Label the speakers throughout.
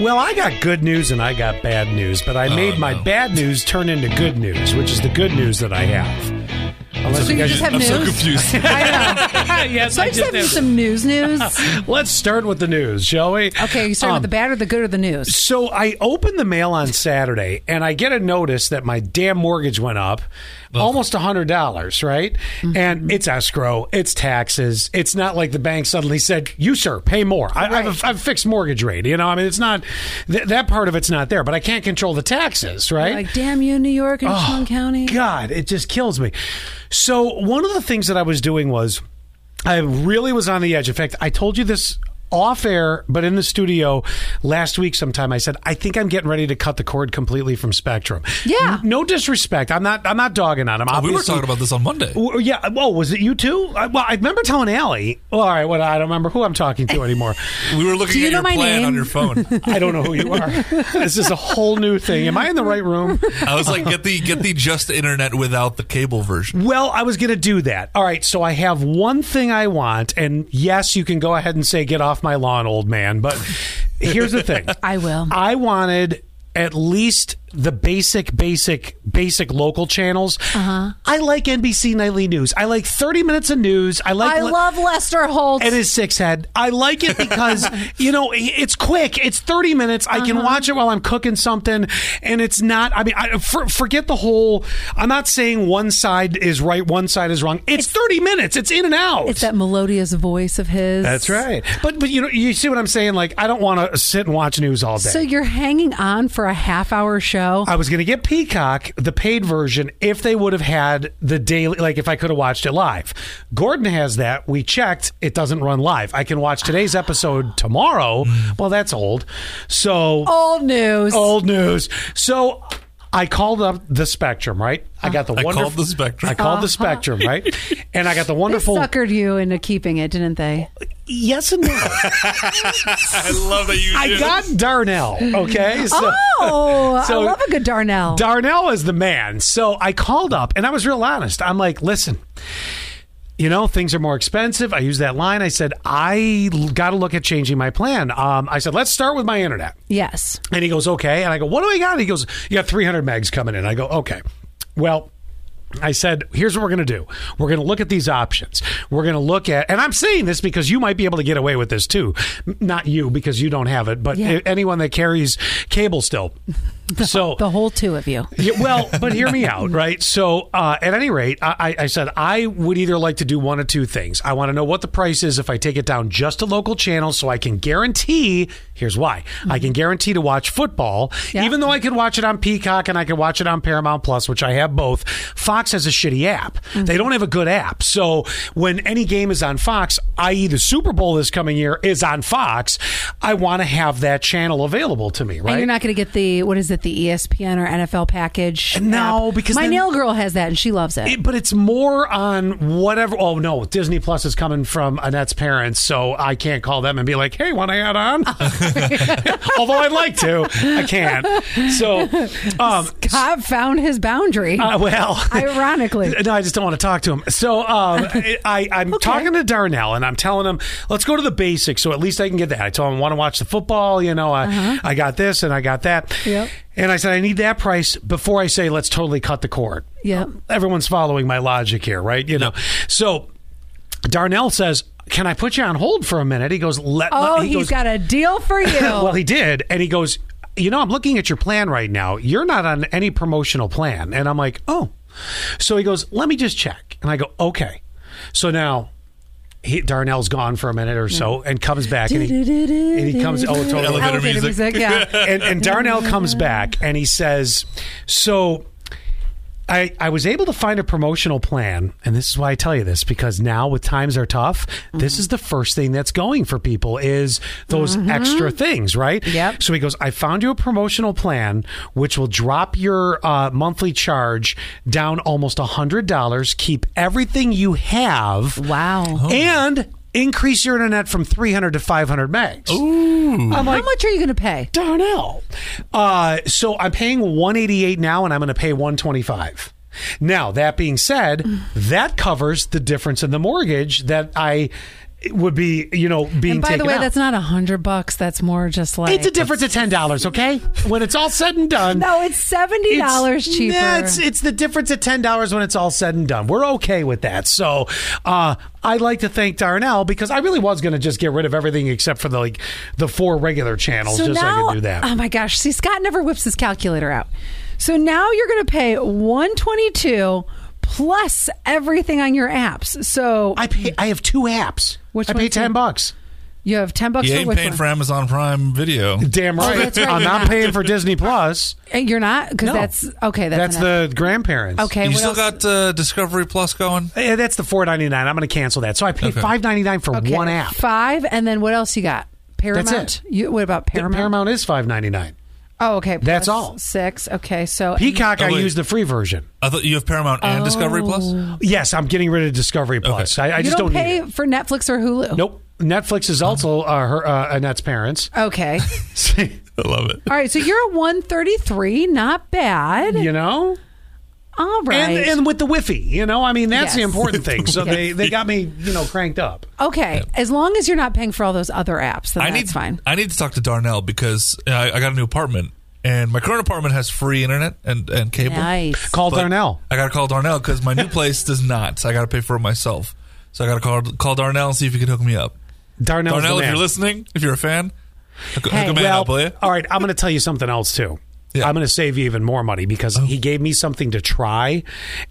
Speaker 1: Well, I got good news and I got bad news, but I made my
Speaker 2: Oh, no.
Speaker 1: bad news turn into good news, which is the good news that I have. Unless
Speaker 2: So
Speaker 1: you
Speaker 2: you
Speaker 1: guys
Speaker 2: just
Speaker 3: have
Speaker 2: I'm so
Speaker 3: news?
Speaker 2: confused.
Speaker 3: I know.
Speaker 1: yes,
Speaker 3: So I just have you some news news.
Speaker 1: um, Let's start with the news, shall we?
Speaker 3: Okay, you start
Speaker 1: Um,
Speaker 3: with the bad or the good or the news?
Speaker 1: So I open the mail on Saturday and I get a notice that my damn mortgage went up almost hundred dollars, right?
Speaker 2: Mm-hmm.
Speaker 1: And it's escrow, it's taxes. It's not like the bank suddenly said, "You sir, pay more." I, I have a, I have a fixed mortgage rate. You know, I mean, it's not th- that part of it's not there, but I can't control the taxes, right? Oh,
Speaker 3: Like, damn you, New York and Chelan County.
Speaker 1: God, it just kills me. So one of the things that I was doing was I really was on the edge. In fact, I told you this off air, but in the studio last week sometime I said, I think I'm getting ready to cut the cord completely from Spectrum.
Speaker 3: Yeah.
Speaker 1: No disrespect. I'm not I'm not dogging on him.
Speaker 2: Oh, we were
Speaker 1: Obviously-
Speaker 2: talking about this on Monday.
Speaker 1: W- Yeah. Whoa, was it you too? I, well, I remember telling Allie. Well, all right, well, I don't remember who I'm talking to anymore.
Speaker 2: We were looking
Speaker 3: you
Speaker 2: at
Speaker 3: know
Speaker 2: your
Speaker 3: my
Speaker 2: plan on
Speaker 3: name?
Speaker 2: your phone.
Speaker 1: I don't know who you are. this is a whole new thing. Am I in the right room?
Speaker 2: I was like, get the get the just internet without the cable version.
Speaker 1: Well, I was going to do that. All right, so I have one thing I want, and yes, you can go ahead and say, get off my lawn, old man, but here's the thing.
Speaker 3: I will.
Speaker 1: I wanted at least the basic, basic, basic local channels. Uh-huh. I like NBC Nightly News. I like 30 minutes of news. I like.
Speaker 3: I love Lester Holt.
Speaker 1: and his six head. I like it because you know i- it's quick. It's thirty minutes. I can watch it while I'm cooking something, and it's not. I mean, I, for, forget the whole. I'm not saying one side is right, one side is wrong. It's, thirty minutes. It's in and out.
Speaker 3: It's that melodious voice of his.
Speaker 1: That's right. But but you know you see what I'm saying. Like I don't want to sit and watch news all day.
Speaker 3: So you're hanging on for a half hour show.
Speaker 1: I was going to get Peacock, the paid version, if they would have had the daily, like if I could have watched it live. Gordon has that. We checked. It doesn't run live. I can watch today's episode tomorrow. Well, that's old. So,
Speaker 3: Old news.
Speaker 1: old news. So, I called up the Spectrum, right? I got the
Speaker 2: I
Speaker 1: wonderful.
Speaker 2: called the Spectrum.
Speaker 1: I called the Spectrum, right? And I got the
Speaker 3: They
Speaker 1: wonderful.
Speaker 3: suckered you into keeping it, didn't they?
Speaker 1: Yes and no.
Speaker 2: I love that you.
Speaker 1: I
Speaker 2: did.
Speaker 1: got Darnell. Okay. So,
Speaker 3: Oh,
Speaker 1: So-
Speaker 3: I love a good Darnell.
Speaker 1: Darnell is the man. So I called up and I was real honest. I'm like, listen, you know, things are more expensive. I used that line. I said, I got to look at changing my plan. Um, I said, let's start with my internet.
Speaker 3: yes.
Speaker 1: And he goes, okay. And I go, what do I got? He goes, you got 300 megs coming in. I go, okay. Well, I said, here's what we're going to do. We're going to look at these options. We're going to look at, and I'm saying this because you might be able to get away with this too. M- Not you because you don't have it, but
Speaker 3: Yeah.
Speaker 1: anyone that carries cable still. So
Speaker 3: The whole two of you.
Speaker 1: yeah, well, but hear me out, right? So, uh, at any rate, I, I I said I would either like to do one of two things. I want to know what the price is if I take it down just to local channels, so I can guarantee. Here's why: I can guarantee to watch football,
Speaker 3: Yeah.
Speaker 1: even though I could watch it on Peacock and I could watch it on Paramount Plus, which I have both. Fox has a shitty app;
Speaker 3: Mm-hmm.
Speaker 1: they don't have a good app. So, when any game is on Fox, i.e., the Super Bowl this coming year is on Fox, I want to have that channel available to me, right?
Speaker 3: And you're not going to get the, what is it, the E ESPN or NFL package?
Speaker 1: No,
Speaker 3: app.
Speaker 1: because
Speaker 3: My
Speaker 1: then-
Speaker 3: nail girl has that and she loves it.
Speaker 1: It- but it's more on whatever. Oh no, Disney Plus is coming from Annette's parents, so I can't call them and be like, "Hey, want to add on?" Although I'd like to, I can't. So, um,
Speaker 3: Cobb found his boundary.
Speaker 1: uh, well,
Speaker 3: Ironically.
Speaker 1: no, I just don't want to talk to him. So um, I, I'm talking to Darnell and I'm telling him, let's go to the basics. So at least I can get that. I told him I want to watch the football. You know, I, I got this and I got that.
Speaker 3: Uh-huh. Yep.
Speaker 1: And I said I need that price before I say let's totally cut the cord.
Speaker 3: Yep.
Speaker 1: Everyone's following my logic here, right? You know. So Darnell says, "Can I put you on hold for a minute?" He goes, "Let."
Speaker 3: oh,
Speaker 1: he
Speaker 3: he's
Speaker 1: goes,
Speaker 3: got a deal for you.
Speaker 1: well, he did, and he goes, "You know, I'm looking at your plan right now. You're not on any promotional plan." And I'm like, "Oh." So he goes, "Let me just check." And I go, "Okay." So now he, Darnell's gone for a minute or so and comes back and he, and he comes oh totally
Speaker 2: Elevator music.
Speaker 3: yeah.
Speaker 1: and, and Darnell comes back and he says, "So, I I was able to find a promotional plan, and this is why I tell you this because now with times are tough, this is the first thing that's going for people is those extra things, right?
Speaker 3: Yep.
Speaker 1: So he goes, I found you a promotional plan which will drop your uh, monthly charge down almost a hundred dollars, keep everything you have,
Speaker 3: Wow.
Speaker 1: Oh. and increase your internet from three hundred to five hundred megs. I'm like,
Speaker 3: How much are you going to pay?
Speaker 1: Darnell. Uh, so I'm paying 188 now, and I'm going to pay 125.
Speaker 3: Mm.
Speaker 1: Now that being said, that covers the difference in the mortgage that I would be you know being
Speaker 3: And by the
Speaker 1: taken
Speaker 3: way,
Speaker 1: out.
Speaker 3: that's not a hundred bucks. That's more just like
Speaker 1: it's a difference of ten dollars. Okay, when it's all said and done.
Speaker 3: No, it's seventy
Speaker 1: it's-
Speaker 3: dollars cheaper.
Speaker 1: Yeah, it's it's the difference of ten dollars when it's all said and done. We're okay with that. So uh, I'd like to thank Darnell because I really was going to just get rid of everything except for the like the four regular channels, just so I could do that.
Speaker 3: Oh my gosh. See, Scott never whips his calculator out. So now you're going to pay 122 plus everything on your apps. So
Speaker 1: I pay. I have two apps.
Speaker 3: Hmm. Which
Speaker 1: I pay
Speaker 3: one's
Speaker 1: ten
Speaker 3: it?
Speaker 1: bucks.
Speaker 3: you have 10 bucks
Speaker 2: You
Speaker 3: for
Speaker 2: ain't
Speaker 3: which
Speaker 2: paying
Speaker 3: one?
Speaker 2: for Amazon Prime Video.
Speaker 1: Damn right.
Speaker 3: Oh, that's right,
Speaker 1: I'm
Speaker 3: you're
Speaker 1: not
Speaker 3: not.
Speaker 1: paying for Disney Plus.
Speaker 3: Uh, You're not because
Speaker 1: No.
Speaker 3: that's okay. That's,
Speaker 1: That's
Speaker 3: an app.
Speaker 1: the grandparents.
Speaker 3: okay.
Speaker 2: You
Speaker 3: what
Speaker 2: still
Speaker 3: else?
Speaker 2: got uh, Discovery Plus going?
Speaker 1: Eh, that's the four ninety nine. I'm going to cancel that. So I pay
Speaker 2: Okay.
Speaker 1: five ninety nine for
Speaker 3: Okay,
Speaker 1: one app.
Speaker 3: five, and then what else you got? Paramount.
Speaker 1: it.
Speaker 3: You, what about Paramount?
Speaker 1: Paramount is five ninety nine.
Speaker 3: Oh, okay.
Speaker 1: That's
Speaker 3: plus
Speaker 1: all.
Speaker 3: Six. Okay, so
Speaker 1: Peacock,
Speaker 2: Oh,
Speaker 1: I
Speaker 2: wait.
Speaker 1: use the free version.
Speaker 2: I thought you have Paramount and Discovery Plus.
Speaker 1: Yes, I'm getting rid of Discovery Plus. I, I
Speaker 3: you
Speaker 1: just
Speaker 3: don't,
Speaker 1: don't,
Speaker 3: pay Oh.
Speaker 1: need it.
Speaker 3: for Netflix or Hulu.
Speaker 1: Nope. Netflix is also uh, her uh, Annette's parents.
Speaker 3: Okay.
Speaker 2: I love it.
Speaker 3: all right. So you're at one thirty three. Not bad.
Speaker 1: you know,
Speaker 3: All right.
Speaker 1: and and with the Wi-Fi, you know, I mean that's the
Speaker 3: Yes.
Speaker 1: important thing. So they they got me you know cranked up.
Speaker 3: Okay, as long as you're not paying for all those other apps, then
Speaker 2: I
Speaker 3: that's
Speaker 2: need
Speaker 3: fine.
Speaker 2: I need to talk to Darnell because uh, I, I got a new apartment and my current apartment has free internet and and cable.
Speaker 3: Nice.
Speaker 1: Call
Speaker 2: But
Speaker 1: Darnell.
Speaker 2: I got to call Darnell because my new place does not. So I got to pay for it myself. So I got to call call Darnell and see if he can hook me up.
Speaker 1: Darnell's
Speaker 2: Darnell,
Speaker 1: the
Speaker 2: if
Speaker 1: man.
Speaker 2: you're listening, if you're a fan, hook,
Speaker 3: Hey.
Speaker 2: hook a man
Speaker 1: well, uh,
Speaker 2: up, will you?
Speaker 1: all right, I'm going to tell you something else too.
Speaker 2: Yeah.
Speaker 1: I'm going to save you even more money because he gave me something to try,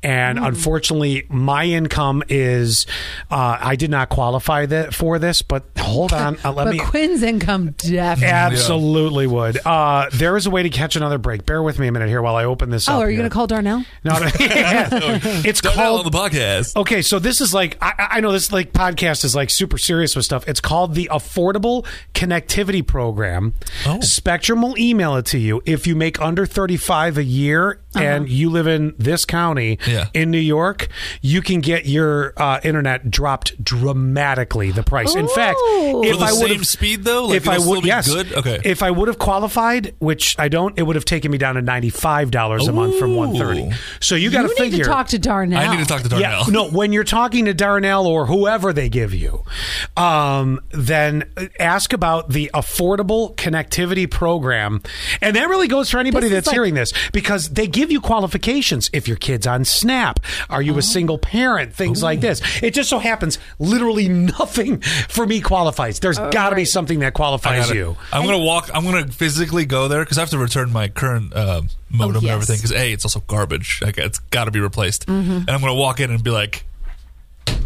Speaker 1: and unfortunately, my income is uh, I did not qualify that for this. But hold on, uh, let
Speaker 3: but
Speaker 1: me.
Speaker 3: Quinn's income definitely.
Speaker 1: Absolutely would. Uh, there is a way to catch another break. Bear with me a minute here while I open this
Speaker 3: oh,
Speaker 1: up.
Speaker 3: are you
Speaker 1: here.
Speaker 3: going to call Darnell?
Speaker 1: No, no. it's
Speaker 2: Darnell on
Speaker 1: called
Speaker 2: the podcast.
Speaker 1: Okay, so this is like I, I know this like podcast is like super serious with stuff. It's called the Affordable Connectivity Program.
Speaker 2: Oh.
Speaker 1: Spectrum will email it to you if you make under thirty five a year and you live in this county
Speaker 2: Uh-huh. Yeah.
Speaker 1: in New York. You can get your uh, internet dropped dramatically. The price, in fact,
Speaker 3: Ooh.
Speaker 1: if
Speaker 2: Oh. For the
Speaker 1: I would
Speaker 2: same speed, though? Like,
Speaker 1: if I
Speaker 2: it'll
Speaker 1: would,
Speaker 2: still be
Speaker 1: yes,
Speaker 2: good? Okay.
Speaker 1: If I would have qualified, which I don't, it would have taken me down to ninety five dollars a month from
Speaker 2: Ooh.
Speaker 1: one thirty. So you got
Speaker 3: you
Speaker 1: to
Speaker 3: need
Speaker 1: figure.
Speaker 3: to talk to Darnell.
Speaker 2: I need to talk to Darnell.
Speaker 1: Yeah, no, when you're talking to Darnell or whoever they give you, um, then ask about the affordable connectivity program. And that really goes for anybody
Speaker 3: This is
Speaker 1: that's
Speaker 3: like-
Speaker 1: hearing this because they give you qualifications. If your kid's on SNAP, are
Speaker 3: Oh.
Speaker 1: you a single parent, things like this. It just so happens literally nothing for me qualifies. There's
Speaker 3: Oh,
Speaker 1: got to be something that
Speaker 2: I
Speaker 1: qualifies
Speaker 2: gotta-
Speaker 1: you.
Speaker 2: I'm gonna walk. I'm gonna physically go there because I have to return my current uh, modem
Speaker 1: Oh,
Speaker 2: and
Speaker 3: yes.
Speaker 2: everything. Because a, it's also garbage. Like, it's got to be replaced.
Speaker 1: Mm-hmm.
Speaker 2: And I'm gonna walk in and be like, "Hey,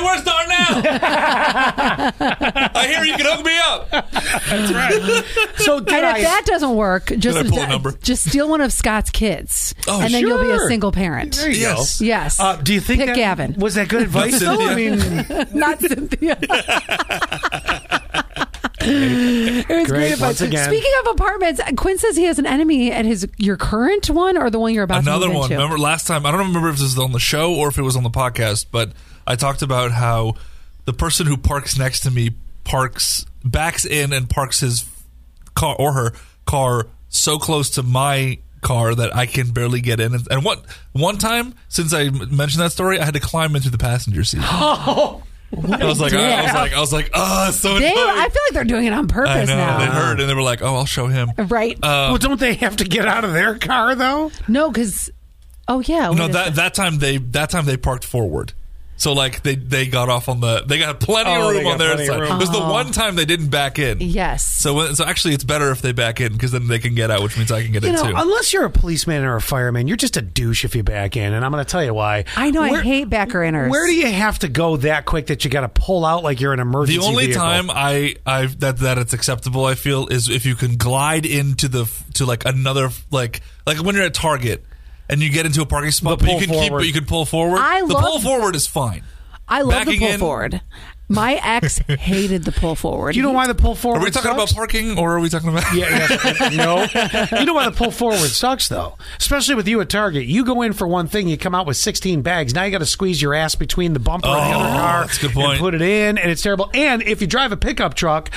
Speaker 2: where's Darnell? I hear you can hook me up." That's right.
Speaker 1: So did
Speaker 3: And
Speaker 1: I,
Speaker 3: if that doesn't work, just
Speaker 2: I pull a number?
Speaker 3: just steal one of Scott's kids,
Speaker 2: Oh,
Speaker 3: and then you'll be a
Speaker 1: sure.
Speaker 3: single parent.
Speaker 1: there you
Speaker 2: Yes.
Speaker 1: go.
Speaker 3: Yes.
Speaker 1: Uh, do you think
Speaker 3: Pick
Speaker 1: that
Speaker 3: Gavin.
Speaker 1: was that good advice? though? I
Speaker 2: Cynthia.
Speaker 1: mean,
Speaker 3: Not Cynthia. it was great,
Speaker 1: Great,
Speaker 3: advice.
Speaker 1: once again.
Speaker 3: Speaking of apartments, Quinn says he has an enemy at his your current one or the one you're about
Speaker 2: Another
Speaker 3: to move
Speaker 2: one.
Speaker 3: into.
Speaker 2: Remember last time? I don't remember if this was on the show or if it was on the podcast, but I talked about how the person who parks next to me parks backs in and parks his car or her car so close to my car that I can barely get in. And what one time since I m- mentioned that story, I had to climb into the passenger seat. Oh. I was like, uh, I, I was like, I was like, oh, it's so
Speaker 3: They, I
Speaker 2: annoying.
Speaker 3: feel like they're doing it on
Speaker 2: I
Speaker 3: purpose
Speaker 2: know they
Speaker 3: now.
Speaker 2: heard and they were like, oh, I'll show him.
Speaker 3: Right?
Speaker 2: uh.
Speaker 1: well, don't they have to get out of their car though?
Speaker 3: no, because oh yeah, what
Speaker 2: No,
Speaker 3: is
Speaker 2: that that time they that time they parked forward. So like they they got off on the they got plenty
Speaker 1: Oh,
Speaker 2: of
Speaker 1: they
Speaker 2: room
Speaker 1: got
Speaker 2: on their
Speaker 1: plenty of
Speaker 2: side.
Speaker 1: room.
Speaker 2: It was
Speaker 3: Oh.
Speaker 2: the one time they didn't back in.
Speaker 3: Yes.
Speaker 2: So when- so actually it's better if they back in because then they can get out, which means I can get
Speaker 1: You
Speaker 2: in
Speaker 1: know,
Speaker 2: too.
Speaker 1: unless you're a policeman or a fireman, you're just a douche if you back in, and I'm going to tell you why.
Speaker 3: I know, I hate backer inners.
Speaker 1: Where do you have to go that quick that you got to pull out like you're an emergency?
Speaker 2: the only
Speaker 1: vehicle?
Speaker 2: time I I that that it's acceptable I feel is if you can glide into the f- to like another f- like like when you're at Target and you get into a parking spot,
Speaker 1: The
Speaker 2: but you
Speaker 1: pull
Speaker 2: can keep
Speaker 1: forward.
Speaker 2: but you can pull forward.
Speaker 3: I
Speaker 2: the
Speaker 3: love-
Speaker 2: pull forward is fine.
Speaker 3: I love the
Speaker 2: Backing
Speaker 3: pull
Speaker 2: in-
Speaker 3: forward. My ex hated the pull forward.
Speaker 1: Do you know why the pull forward?
Speaker 2: Are
Speaker 3: Oh,
Speaker 2: we talking about
Speaker 1: sucks?
Speaker 2: parking or are we talking about?
Speaker 1: Yeah, yeah, no. You know why the pull forward sucks though, especially with you at Target. You go in for one thing, you come out with 16 bags. Now you got to squeeze your ass between the bumper and the
Speaker 2: Oh,
Speaker 1: other car.
Speaker 2: that's a good
Speaker 1: and
Speaker 2: point.
Speaker 1: put it in, and it's terrible. And if you drive a pickup truck.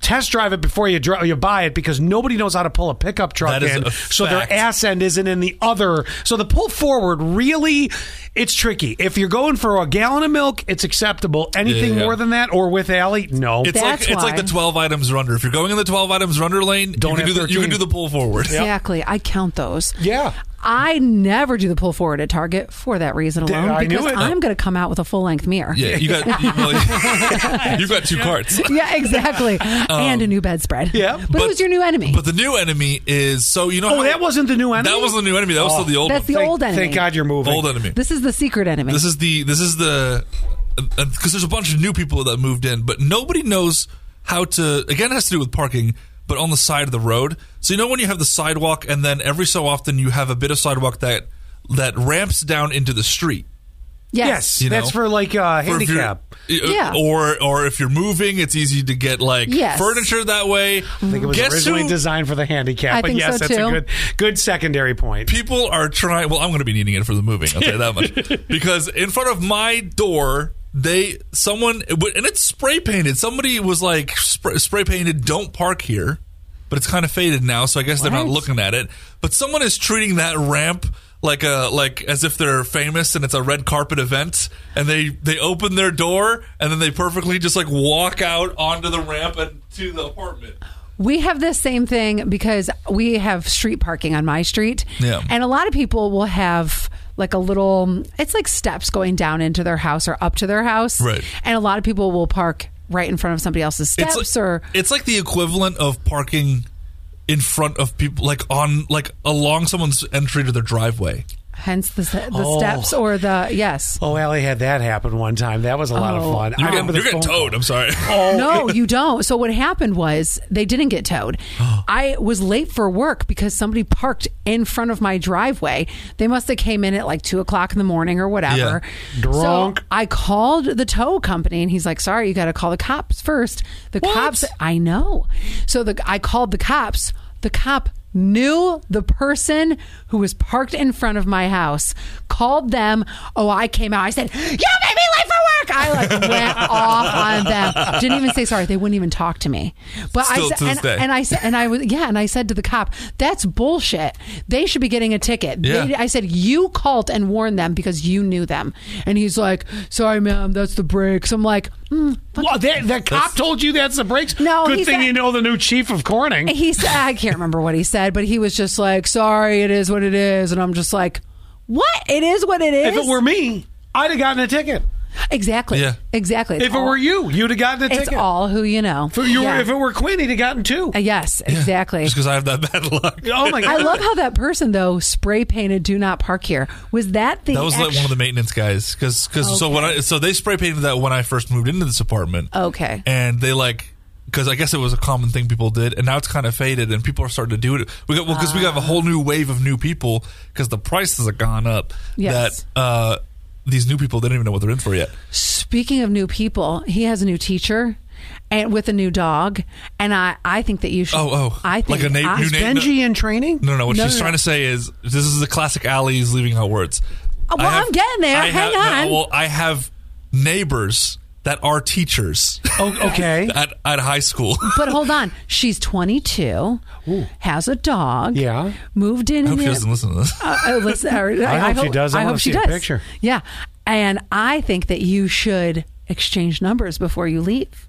Speaker 1: test drive it before you dri you buy it because nobody knows how to pull a pickup truck
Speaker 2: That is
Speaker 1: in.
Speaker 2: a
Speaker 1: So their
Speaker 2: fact.
Speaker 1: ass end isn't in the other. So the pull forward really, it's tricky. If you're going for a gallon of milk, it's acceptable. Anything
Speaker 2: yeah.
Speaker 1: more than that, or with Allie, no.
Speaker 2: It's
Speaker 3: That's
Speaker 2: like it's like
Speaker 3: why.
Speaker 2: the twelve items runner. If you're going in the twelve items runner lane,
Speaker 1: Don't
Speaker 2: you
Speaker 1: have
Speaker 2: can do the, you
Speaker 1: 13.
Speaker 2: can do the pull forward.
Speaker 3: Exactly. I count those.
Speaker 1: Yeah.
Speaker 3: I never do the pull forward at Target for that reason
Speaker 1: Did-
Speaker 3: alone
Speaker 1: I knew
Speaker 3: because
Speaker 1: it.
Speaker 3: I'm going to come out with a full length mirror.
Speaker 2: Yeah, you got you, well, you've got two carts.
Speaker 3: Yeah, exactly. and a new bedspread.
Speaker 1: yeah,
Speaker 3: But, it was your new enemy.
Speaker 2: Um, But the new enemy is so you know.
Speaker 1: Oh,
Speaker 2: how-
Speaker 1: that wasn't the new enemy?
Speaker 2: That wasn't the new enemy. That was still the old.
Speaker 3: That's
Speaker 2: one.
Speaker 3: the old enemy.
Speaker 1: Thank God you're moving.
Speaker 2: old enemy.
Speaker 3: This is the secret enemy.
Speaker 2: This is the this is the because there's a bunch of new people that moved in, but nobody knows how to. Again, it has to do with parking, but on the side of the road. So you know when you have the sidewalk, and then every so often you have a bit of sidewalk that that ramps down into the street.
Speaker 1: Yes,
Speaker 3: yes.
Speaker 2: You know?
Speaker 1: that's for like uh,
Speaker 2: Or if you're-
Speaker 1: handicap.
Speaker 2: uh,
Speaker 3: Yeah.
Speaker 2: Or or if you're moving, it's easy to get like
Speaker 3: Yes.
Speaker 2: furniture that way. I
Speaker 1: I think it was
Speaker 2: Guess
Speaker 1: originally
Speaker 2: who?
Speaker 1: designed for the handicap,
Speaker 3: I
Speaker 1: but
Speaker 3: think
Speaker 1: yes,
Speaker 3: so,
Speaker 1: that's
Speaker 3: too.
Speaker 1: a good good secondary point.
Speaker 2: people are trying. Well, I'm going to be needing it for the moving. I'll tell you that much. Because in front of my door, they someone and it's spray painted. Somebody was like spray, spray painted. Don't park here. But it's kind of faded now, so I guess they're not
Speaker 3: What?
Speaker 2: looking at it. But someone is treating that ramp like a like as if they're famous and it's a red carpet event and they they open their door and then they perfectly just like walk out onto the ramp and to the apartment.
Speaker 3: We have this same thing because we have street parking on my street.
Speaker 2: Yeah.
Speaker 3: And a lot of people will have like a little, it's like steps going down into their house or up to their house.
Speaker 2: Right.
Speaker 3: And a lot of people will park right in front of somebody else's steps
Speaker 2: it's like,
Speaker 3: or
Speaker 2: it's like the equivalent of parking in front of people like on like along someone's entry to their driveway
Speaker 3: hence the, the
Speaker 1: Oh.
Speaker 3: steps or the, yes.
Speaker 1: Oh, Allie had that happen one time. That was a lot
Speaker 3: Oh.
Speaker 1: of fun.
Speaker 2: you're
Speaker 1: I
Speaker 2: getting,
Speaker 1: remember the
Speaker 2: you're getting
Speaker 1: phone call.
Speaker 2: towed i'm sorry
Speaker 3: No, you don't. So what happened was they didn't get towed. I was late for work because somebody parked in front of my driveway. They must have came in at like two o'clock in the morning or whatever.
Speaker 1: Yeah. Drunk.
Speaker 3: So I called the tow company and he's like, "Sorry, you got to call the cops first. The cops. I know. So the I called the cops. The cop knew the person who was parked in front of my house. Called them. Oh, I came out. I said, "You made me late for work." I like went off on them. Didn't even say sorry. They wouldn't even talk to me. But
Speaker 2: Still
Speaker 3: I said,
Speaker 2: to this
Speaker 3: and,
Speaker 2: day.
Speaker 3: and I said, and I was yeah, and I said to the cop, "That's bullshit. They should be getting a ticket."
Speaker 2: Yeah.
Speaker 3: They, I said, "You called and warned them because you knew them." And he's like, "Sorry, ma'am, that's the brakes." I'm like, mm,
Speaker 1: Well, that, that cop told you that's the brakes.
Speaker 3: No, he
Speaker 1: good thing
Speaker 3: said-
Speaker 1: you know the new chief of Corning.
Speaker 3: he said, I can't remember what he said, but he was just like, "Sorry, it is what it is," and I'm just like. What it is, what it is.
Speaker 1: if it were me, I'd have gotten a ticket.
Speaker 3: exactly,
Speaker 2: Yeah.
Speaker 3: exactly. It's
Speaker 1: If it
Speaker 3: all-
Speaker 1: were you, you'd have gotten a
Speaker 3: Oh. it's
Speaker 1: ticket.
Speaker 3: all who you know.
Speaker 1: If, you were-
Speaker 3: Yeah.
Speaker 1: if it were Quinn, he'd have gotten two.
Speaker 3: Uh, yes, exactly.
Speaker 2: just because i have that bad luck
Speaker 1: Oh my
Speaker 3: I
Speaker 1: god!
Speaker 3: love how that person though spray painted "Do not park here." Was that the
Speaker 2: that was like
Speaker 3: act-
Speaker 2: one of the maintenance guys because so when i so they spray painted that when i first moved into this apartment
Speaker 3: Okay.
Speaker 2: and they like because I guess it was a common thing people did, and now it's kind of faded, and people are starting to do it. We got well because we got a whole new wave of new people because the prices have gone up.
Speaker 3: Yes.
Speaker 2: That uh, these new people they don't even know what they're in for yet.
Speaker 3: Speaking of new people, he has a new teacher and with a new dog, and I I think that you should.
Speaker 2: Oh, oh.
Speaker 3: I think
Speaker 2: Like a na-
Speaker 3: I-
Speaker 2: new na-
Speaker 1: Benji in training.
Speaker 2: No, no. What
Speaker 3: No,
Speaker 2: she's
Speaker 3: no,
Speaker 2: trying
Speaker 3: no.
Speaker 2: to say is this is the classic alleys leaving out words.
Speaker 3: Oh, well,
Speaker 2: I
Speaker 3: I'm getting there. Hang
Speaker 2: have-
Speaker 3: on.
Speaker 2: well, I have neighbors that are teachers
Speaker 1: O- okay.
Speaker 2: at, at high school.
Speaker 3: Oh, But hold on, she's 22, has a dog,
Speaker 1: Yeah.
Speaker 3: moved in.
Speaker 2: I hope
Speaker 3: in
Speaker 2: she
Speaker 3: the-
Speaker 2: doesn't listen to this.
Speaker 3: Uh, uh, listen, or, I,
Speaker 1: hope she does. I
Speaker 3: I
Speaker 1: wanna
Speaker 3: hope she
Speaker 1: see a
Speaker 3: does.
Speaker 1: picture.
Speaker 3: Yeah, and I think that you should exchange numbers before you leave.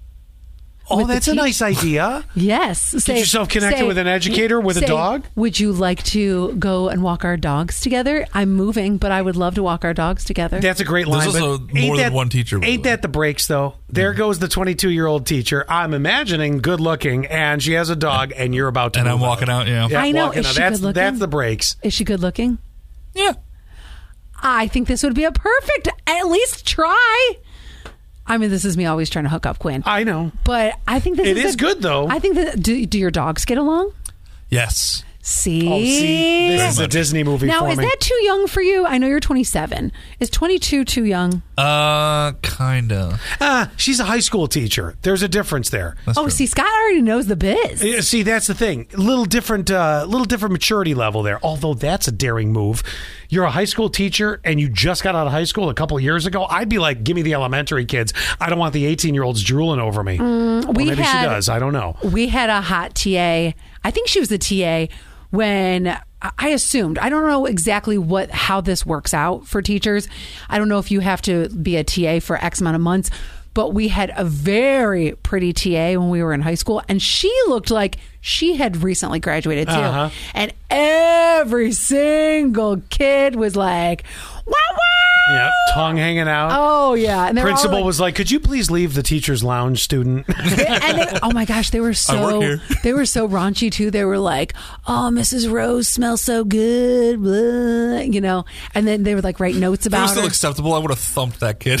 Speaker 1: Oh,
Speaker 3: with the
Speaker 1: that's a
Speaker 3: teacher.
Speaker 1: nice idea.
Speaker 3: Yes. Say-
Speaker 1: yourself connected with an educator with a
Speaker 3: say,
Speaker 1: dog?
Speaker 3: Would you like to go and walk our dogs together? I'm moving, but I would love to walk our dogs together.
Speaker 1: That's a great
Speaker 2: There's
Speaker 1: line. but
Speaker 2: also
Speaker 1: ain't
Speaker 2: more than
Speaker 1: that-
Speaker 2: one teacher, Mm-hmm. by
Speaker 1: Ain't
Speaker 2: the way.
Speaker 1: that the breaks though? There goes the 22 year old teacher. I'm imagining good looking, and she has a dog, and you're about to.
Speaker 2: And I'm
Speaker 1: move
Speaker 2: walking out. Yeah.
Speaker 1: Yeah,
Speaker 3: I know.
Speaker 1: walking
Speaker 3: Is
Speaker 1: out.
Speaker 3: she
Speaker 1: That's
Speaker 3: good-looking?
Speaker 1: that's the breaks.
Speaker 3: Is she good looking?
Speaker 2: Yeah.
Speaker 3: I think this would be a perfect, at least try. I mean, this is me always trying to hook up Quinn.
Speaker 1: I know.
Speaker 3: but I think this
Speaker 1: It
Speaker 3: is
Speaker 1: is
Speaker 3: a-
Speaker 1: good, though.
Speaker 3: I think that do, do your dogs get along?
Speaker 2: Yes.
Speaker 3: See,
Speaker 1: Oh, see, this is a Disney movie
Speaker 3: now
Speaker 1: for
Speaker 3: is
Speaker 1: me.
Speaker 3: that too young for you? I know you're 27. Is 22 too young?
Speaker 2: Uh, kinda.
Speaker 1: Ah, she's a high school teacher. There's a difference there.
Speaker 2: That's
Speaker 3: oh,
Speaker 2: true.
Speaker 3: see, Scott already knows the biz.
Speaker 1: Yeah, See, that's the thing. Little different, uh, little different maturity level there. Although that's a daring move. you're a high school teacher and you just got out of high school a couple years ago, I'd be like, give me the elementary kids. I don't want the 18 year olds drooling over me. or
Speaker 3: Mm, we
Speaker 1: maybe
Speaker 3: had-
Speaker 1: she does. I don't know.
Speaker 3: we had a hot TA. I think she was the TA when I- I assumed. I don't know exactly what how this works out for teachers. I don't know if you have to be a TA for X amount of months, but we had a very pretty TA when we were in high school and she looked like she had recently graduated too.
Speaker 1: Uh-huh.
Speaker 3: And every single kid was like, "Wow wow."
Speaker 1: Yeah, tongue hanging out.
Speaker 3: Oh yeah. And they were all
Speaker 1: Principal
Speaker 3: like-
Speaker 1: was like, could you please leave the teacher's lounge student?
Speaker 3: They- and they, oh my gosh, they were so
Speaker 2: here.
Speaker 3: they were so raunchy too. They were like, "Oh, Mrs. Rose smells so good," blah, you know. And then they would like write notes
Speaker 2: If it was
Speaker 3: about
Speaker 2: still
Speaker 3: her.
Speaker 2: acceptable, I would have thumped that kid.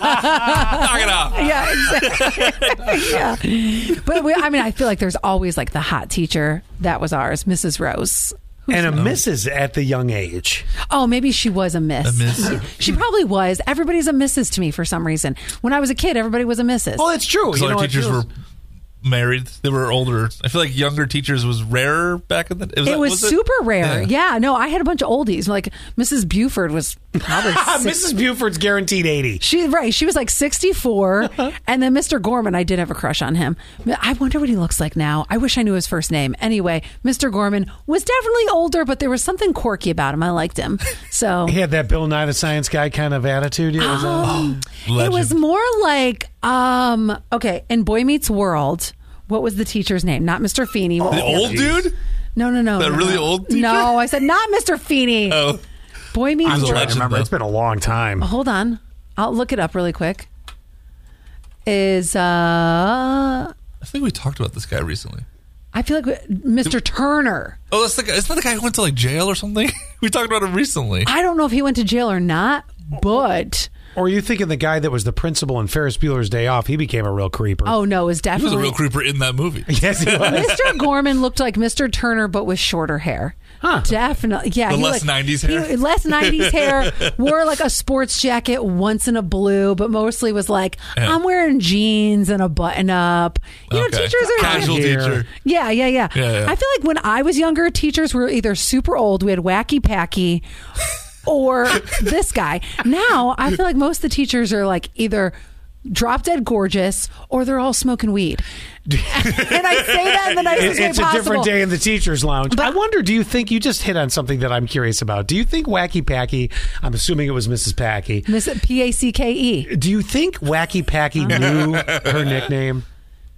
Speaker 2: Knock it off.
Speaker 3: yeah, exactly. yeah. But we, I mean, I feel like there's always like the hot teacher that was ours, Mrs. Rose.
Speaker 1: and a missus at the young age.
Speaker 3: Oh, maybe she was a miss.
Speaker 2: A miss.
Speaker 3: She probably was. Everybody's a missus to me for some reason. When I was a kid, everybody was a missus.
Speaker 1: Well, it's true.
Speaker 2: Because
Speaker 1: You
Speaker 2: our
Speaker 1: know, it
Speaker 2: teachers
Speaker 1: feels-
Speaker 2: were married; they were older. I feel like younger teachers was rarer back in the. It was,
Speaker 3: it was, super rare.
Speaker 2: Yeah.
Speaker 3: Yeah. no, I had a bunch of oldies. Like Mrs. Buford was probably six-
Speaker 1: Mrs. Buford's guaranteed 80.
Speaker 3: She right. She was like sixty four,
Speaker 2: Uh-huh.
Speaker 3: and then Mr. Gorman. I did have a crush on him. I wonder what he looks like now. I wish I knew his first name. Anyway, Mr. Gorman was definitely older, but there was something quirky about him. I liked him. So
Speaker 1: He had that Bill Nye the Science Guy kind of attitude. Yeah, was uh, that-
Speaker 3: um, it
Speaker 2: Legend.
Speaker 3: was more like um okay. In Boy Meets World, what was the teacher's name? Not Mr. Feeney. What was
Speaker 2: The
Speaker 3: the
Speaker 2: old
Speaker 3: other-
Speaker 2: dude.
Speaker 3: No, no, no.
Speaker 2: That
Speaker 3: no,
Speaker 2: Oh. really
Speaker 3: no.
Speaker 2: old teacher?
Speaker 3: No, I said not Mr. Feeney.
Speaker 2: Oh,
Speaker 3: Boy Meets
Speaker 2: He
Speaker 1: I'm
Speaker 2: was a
Speaker 3: World.
Speaker 1: trying to remember.
Speaker 2: though.
Speaker 1: It's been a long time.
Speaker 3: hold on. I'll look it up really quick. Is uh
Speaker 2: I think we talked about this guy recently.
Speaker 3: I feel like we- Mr. Turner.
Speaker 2: Oh, that's the guy. Isn't that the guy who went to like jail or something? we talked about him recently.
Speaker 3: I don't know if he went to jail or not, but
Speaker 1: Or are you thinking the guy that was the principal in Ferris Bueller's Day Off? He became a real creeper.
Speaker 3: oh no, it was
Speaker 2: He was
Speaker 3: definitely
Speaker 2: a real creeper in that movie.
Speaker 1: yes, he was.
Speaker 3: Mr. Gorman looked like Mr. Turner, but with shorter hair.
Speaker 1: Huh.
Speaker 3: Definitely, yeah.
Speaker 2: The
Speaker 3: he
Speaker 2: less
Speaker 3: looked-
Speaker 2: 90s hair?
Speaker 3: he- less '90s hair. Wore like a sports jacket once in a blue, but mostly was like,
Speaker 2: Yeah.
Speaker 3: I'm wearing jeans and a button up. You know,
Speaker 2: Okay.
Speaker 3: teachers are
Speaker 2: casual
Speaker 1: Here.
Speaker 2: teacher.
Speaker 3: Yeah, yeah, yeah,
Speaker 2: Yeah, yeah.
Speaker 3: I feel like when I was younger, teachers were either super old, we had wacky packy, or this guy. Now I feel like most of the teachers are like either drop dead gorgeous or they're all smoking weed. and I say that in the nicest
Speaker 1: It-
Speaker 3: way
Speaker 1: it's a
Speaker 3: possible.
Speaker 1: different day in the teacher's lounge.
Speaker 3: But-
Speaker 1: I wonder, do you think you just hit on something that I'm curious about? Do you think Wacky Packy, I'm assuming it was Mrs. Packy,
Speaker 3: Miss P A C K E.
Speaker 1: do you think Wacky Packy knew her nickname?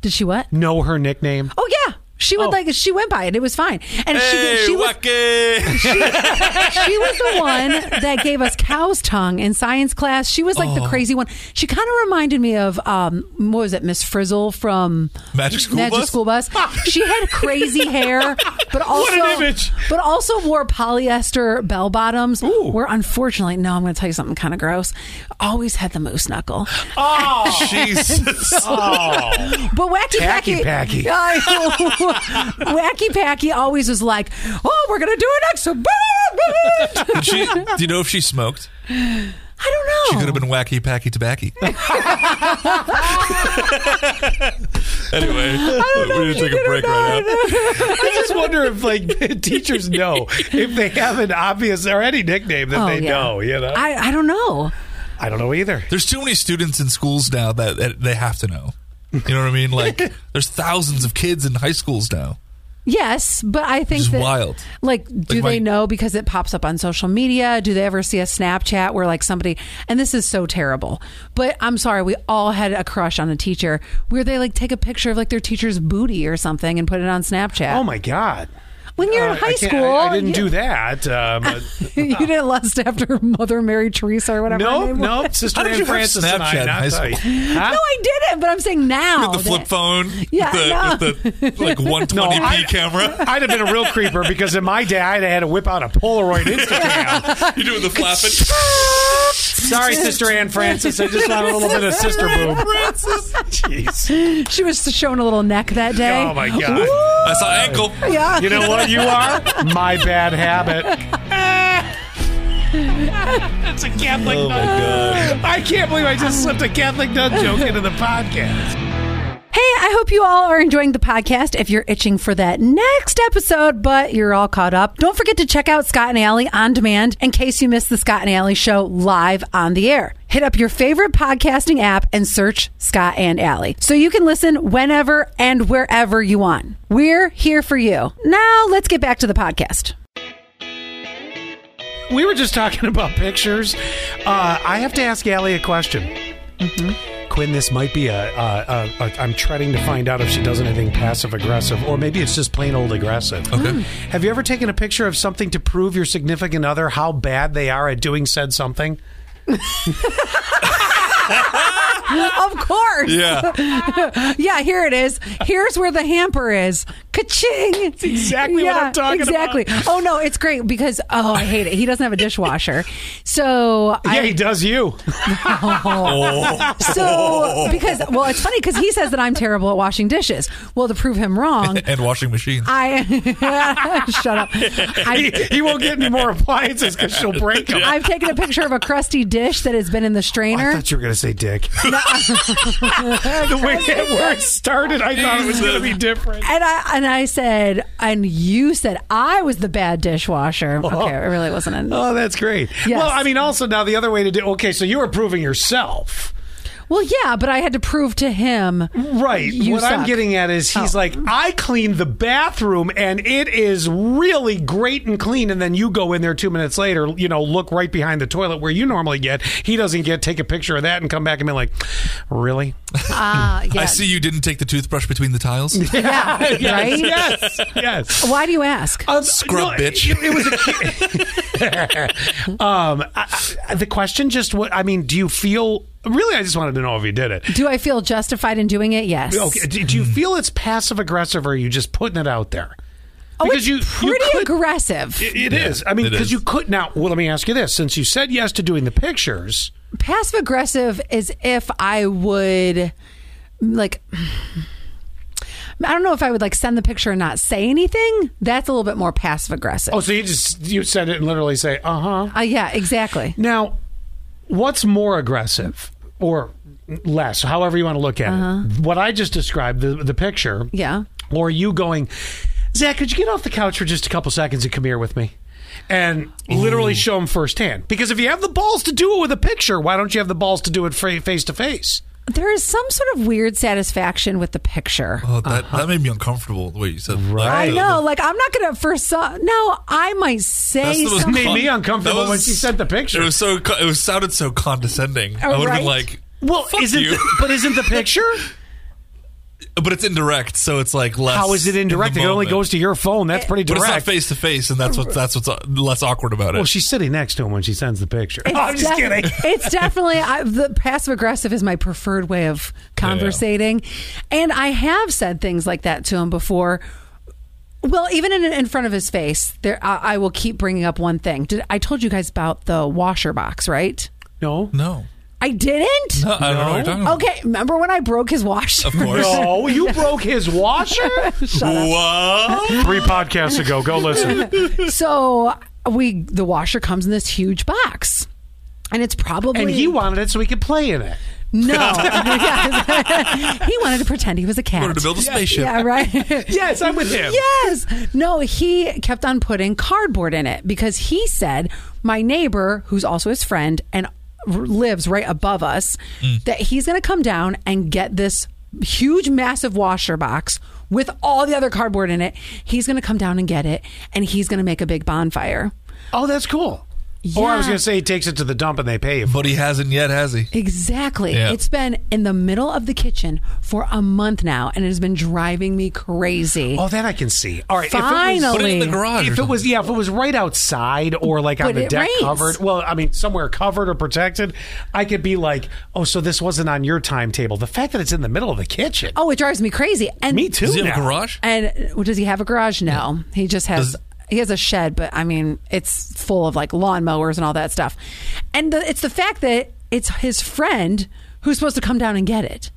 Speaker 3: Did she what?
Speaker 1: Know her nickname?
Speaker 3: Oh yeah. She would
Speaker 1: Oh.
Speaker 3: like she went by it. It was fine. And
Speaker 2: Hey,
Speaker 3: she she was,
Speaker 2: Wacky!
Speaker 3: she was the one that gave us cow's tongue in science class. She was like the crazy one. She kind of reminded me of um, what was it, Miss Frizzle from
Speaker 2: Magic School
Speaker 3: Magic
Speaker 2: Bus?
Speaker 3: School Bus. she had crazy hair, but also
Speaker 1: an image.
Speaker 3: but also wore polyester bell bottoms. Where unfortunately, no, I'm going to tell you something kind of gross. Always had the moose knuckle.
Speaker 1: Oh,
Speaker 2: Jesus.
Speaker 3: But Wacky
Speaker 1: Tacky
Speaker 3: Packy,
Speaker 1: Packy.
Speaker 3: I know. Wacky Packy always was like, "Oh, we're going to do it next." I
Speaker 2: Did she, do you know if she smoked?
Speaker 3: don't know.
Speaker 2: She could have been wacky packy tobacco. anyway, we're gonna take a break right now.
Speaker 1: I just wonder if like teachers know if they have an obvious or any nickname that
Speaker 3: Oh,
Speaker 1: they
Speaker 3: yeah.
Speaker 1: know. You know, I,
Speaker 3: I, I don't know.
Speaker 1: don't know either.
Speaker 2: There's too many students in schools now that, that they have to know. You know what I mean? Like, there's thousands of kids in high schools now.
Speaker 3: Yes, but I think
Speaker 2: It's
Speaker 3: that,
Speaker 2: wild.
Speaker 3: Like, do
Speaker 2: Like my-
Speaker 3: they know because it pops up on social media? Do they ever see a Snapchat where like somebody? And this is so terrible. But I'm sorry, we all had a crush on a teacher where they like take a picture of like their teacher's booty or something and put it on Snapchat.
Speaker 1: Oh my god!
Speaker 3: when you're
Speaker 1: Uh,
Speaker 3: in high
Speaker 1: I can't-
Speaker 3: school,
Speaker 1: I, I didn't
Speaker 3: you,
Speaker 1: do that. Uh, but
Speaker 3: you didn't lust after Mother Mary Teresa or whatever. her
Speaker 1: no,
Speaker 3: name was.
Speaker 1: no, Sister
Speaker 2: How did
Speaker 1: Anne
Speaker 2: you have
Speaker 1: Francis and I.
Speaker 2: Snapchat in
Speaker 1: not
Speaker 2: high
Speaker 1: tight.
Speaker 2: school?
Speaker 1: Huh?
Speaker 3: no, I didn't. But I'm saying now
Speaker 2: The flip
Speaker 3: that-
Speaker 2: phone,
Speaker 3: Yeah, I
Speaker 2: with, the, with the like 120p
Speaker 1: I-
Speaker 2: camera.
Speaker 1: I'd have been a real creeper because in my day I'd have had to whip out a Polaroid Instagram.
Speaker 2: You're doing the flapping.
Speaker 1: Sorry, Sister Anne Francis. I just want a little bit of sister boob. Jeez.
Speaker 3: she was showing a little neck that day.
Speaker 1: Oh my god.
Speaker 2: I saw ankle.
Speaker 3: Yeah.
Speaker 1: You know what you are? My bad habit. That's a Catholic
Speaker 2: Oh my god.
Speaker 1: I can't believe I just slipped a Catholic nun joke into the podcast.
Speaker 3: Hey, I hope you all are enjoying the podcast. If you're itching for that next episode, but you're all caught up, don't forget to check out Scott and Alley on demand in case you missed the Scott and Alley show live on the air. Hit up your favorite podcasting app and search Scott and Alley so you can listen whenever and wherever you want. We're here for you. Now, let's get back to the podcast.
Speaker 1: We were just talking about pictures. Uh, I have to ask Allie a question. Quinn, this might be a, a, a, a. I'm treading to find out if she does anything passive aggressive, or maybe it's just plain old aggressive.
Speaker 3: Mm.
Speaker 2: Okay.
Speaker 1: Have you ever taken a picture of something to prove your significant other how bad they are at doing said something?
Speaker 3: Of course.
Speaker 2: Yeah.
Speaker 3: Yeah, here it is. Here's where the hamper is. Ka-ching. It's
Speaker 1: exactly what I'm talking
Speaker 3: exactly. Oh, no, it's great because, oh, I hate it. He doesn't have a dishwasher. So
Speaker 1: Yeah,
Speaker 3: I,
Speaker 1: he does you.
Speaker 2: Oh.
Speaker 3: so because, well, it's funny because he says that I'm terrible at washing dishes. Well, to prove him wrong,
Speaker 2: and washing machines.
Speaker 3: I, shut up.
Speaker 1: he,
Speaker 3: I,
Speaker 1: he won't get any more appliances because she'll break them.
Speaker 3: I've taken a picture of a crusty dish that has been in the strainer.
Speaker 1: Oh, I thought you were going to say dick. the way that word started, I thought it was going to be different.
Speaker 3: And I and I said, and you said I was the bad dishwasher. Okay, it really wasn't. An,
Speaker 1: Oh, that's great.
Speaker 3: Yes.
Speaker 1: Well, I mean, also now the other way to do. Okay, so you were proving yourself,
Speaker 3: well, yeah, but I had to prove to him.
Speaker 1: right?
Speaker 3: You
Speaker 1: what I'm
Speaker 3: suck.
Speaker 1: getting at is he's
Speaker 3: Oh.
Speaker 1: like, I cleaned the bathroom and it is really great and clean, and then you go in there two minutes later, you know, look right behind the toilet where you normally get. He doesn't get take a picture of that and come back and be like, really?
Speaker 3: Ah, yeah.
Speaker 2: I see you didn't take the toothbrush between the tiles.
Speaker 3: Yeah, right.
Speaker 1: Yes, yes.
Speaker 3: Why do you ask?
Speaker 1: Um,
Speaker 2: Scrub bitch.
Speaker 1: It, it was a kid. um, I, I, the question just what I mean, do you feel really I just wanted to know if you did it.
Speaker 3: do I feel justified in doing it? Yes.
Speaker 1: Okay, do, do you feel it's passive aggressive or are you just putting it out there?
Speaker 3: Oh, it's pretty
Speaker 1: could-
Speaker 3: aggressive.
Speaker 1: It- it is. I mean,
Speaker 2: it
Speaker 1: because
Speaker 2: is.
Speaker 1: you could now. Well, let me ask you this: since you said yes to doing the pictures,
Speaker 3: Passive aggressive is if I would like. I don't know if I would like send the picture and not say anything. That's a little bit more passive aggressive.
Speaker 1: oh, so you just you send it and literally say, "Uh huh."
Speaker 3: Uh, yeah, exactly.
Speaker 1: Now, what's more aggressive or less, however you want to look at it? What I just described, the, the picture.
Speaker 3: Yeah.
Speaker 1: Or you going, Zach, could you get off the couch for just a couple seconds and come here with me? And literally show him firsthand. Because if you have the balls to do it with a picture, why don't you have the balls to do it face to face?
Speaker 3: There is some sort of weird satisfaction with the picture.
Speaker 2: Oh, that, that made me uncomfortable the way you said. Right.
Speaker 3: I know, like I'm not gonna for some. No, I might say
Speaker 1: most-
Speaker 3: something.
Speaker 1: made me uncomfortable
Speaker 2: that
Speaker 1: when she sent the picture.
Speaker 2: It was so. co- It was sounded so condescending. I would have been
Speaker 3: right?
Speaker 2: like,
Speaker 1: Oh, Well,
Speaker 2: Fuck
Speaker 1: isn't
Speaker 2: you.
Speaker 1: the- but isn't the picture?
Speaker 2: but it's indirect, so it's like less.
Speaker 1: How is it
Speaker 2: in
Speaker 1: indirect?
Speaker 2: the
Speaker 1: It only
Speaker 2: moment.
Speaker 1: goes to your phone. That's pretty
Speaker 2: But
Speaker 1: direct.
Speaker 2: it's not face to face, and that's what that's what's uh, less awkward about it.
Speaker 1: well, she's sitting next to him when she sends the picture.
Speaker 3: It's
Speaker 1: Oh, I'm just
Speaker 3: defi-
Speaker 1: kidding.
Speaker 3: It's definitely I, the passive aggressive is my preferred way of conversating, and I have said things like that to him before. Well, even in in front of his face, there I, I will keep bringing up one thing. Did I told you guys about the washer box? Right?
Speaker 1: No.
Speaker 2: no,
Speaker 3: I didn't.
Speaker 2: no, I don't know what you're talking about.
Speaker 3: Okay, remember when I broke his washer?
Speaker 2: Of course.
Speaker 1: No, you broke his washer?
Speaker 2: What?
Speaker 1: Three podcasts ago. Go listen.
Speaker 3: So we the washer comes in this huge box. And it's probably
Speaker 1: And he wanted it so he could play in it.
Speaker 3: no. Yes. he wanted to pretend he was a cat.
Speaker 2: Wanted to build a spaceship.
Speaker 3: yeah, right.
Speaker 1: Yes, I'm with him.
Speaker 3: yes. No, he kept on putting cardboard in it because he said my neighbor, who's also his friend and r- lives right above us,
Speaker 1: Hmm.
Speaker 3: that he's going to come down and get this huge, massive washer box with all the other cardboard in it. He's going to come down and get it, and he's going to make a big bonfire.
Speaker 1: Oh, that's cool. Or Oh, I was
Speaker 3: Yeah.
Speaker 1: going to say he takes it to the dump and they pay you.
Speaker 2: But he hasn't yet, has he?
Speaker 3: Exactly.
Speaker 2: Yeah.
Speaker 3: It's been in the middle of the kitchen for a month now, and it has been driving me crazy.
Speaker 1: Oh, that I can see. All right. if it was-
Speaker 3: Finally.
Speaker 2: Put it in the garage.
Speaker 1: If
Speaker 2: or
Speaker 1: it
Speaker 2: something.
Speaker 1: was, yeah, if it was right outside or like on
Speaker 3: But
Speaker 1: the
Speaker 3: it
Speaker 1: deck
Speaker 3: rains.
Speaker 1: covered, well, I mean, somewhere covered or protected, I could be like, oh, so this wasn't on your timetable. The fact that it's in the middle of the kitchen.
Speaker 3: Oh, it drives me crazy. And
Speaker 1: me too.
Speaker 2: does he have
Speaker 1: now.
Speaker 2: a garage?
Speaker 3: And well, does he have a garage? No, he just has.
Speaker 2: Does-
Speaker 3: he has a shed, but I mean, it's full of like lawnmowers and all that stuff. And the, it's the fact that it's his friend who's supposed to come down and get it.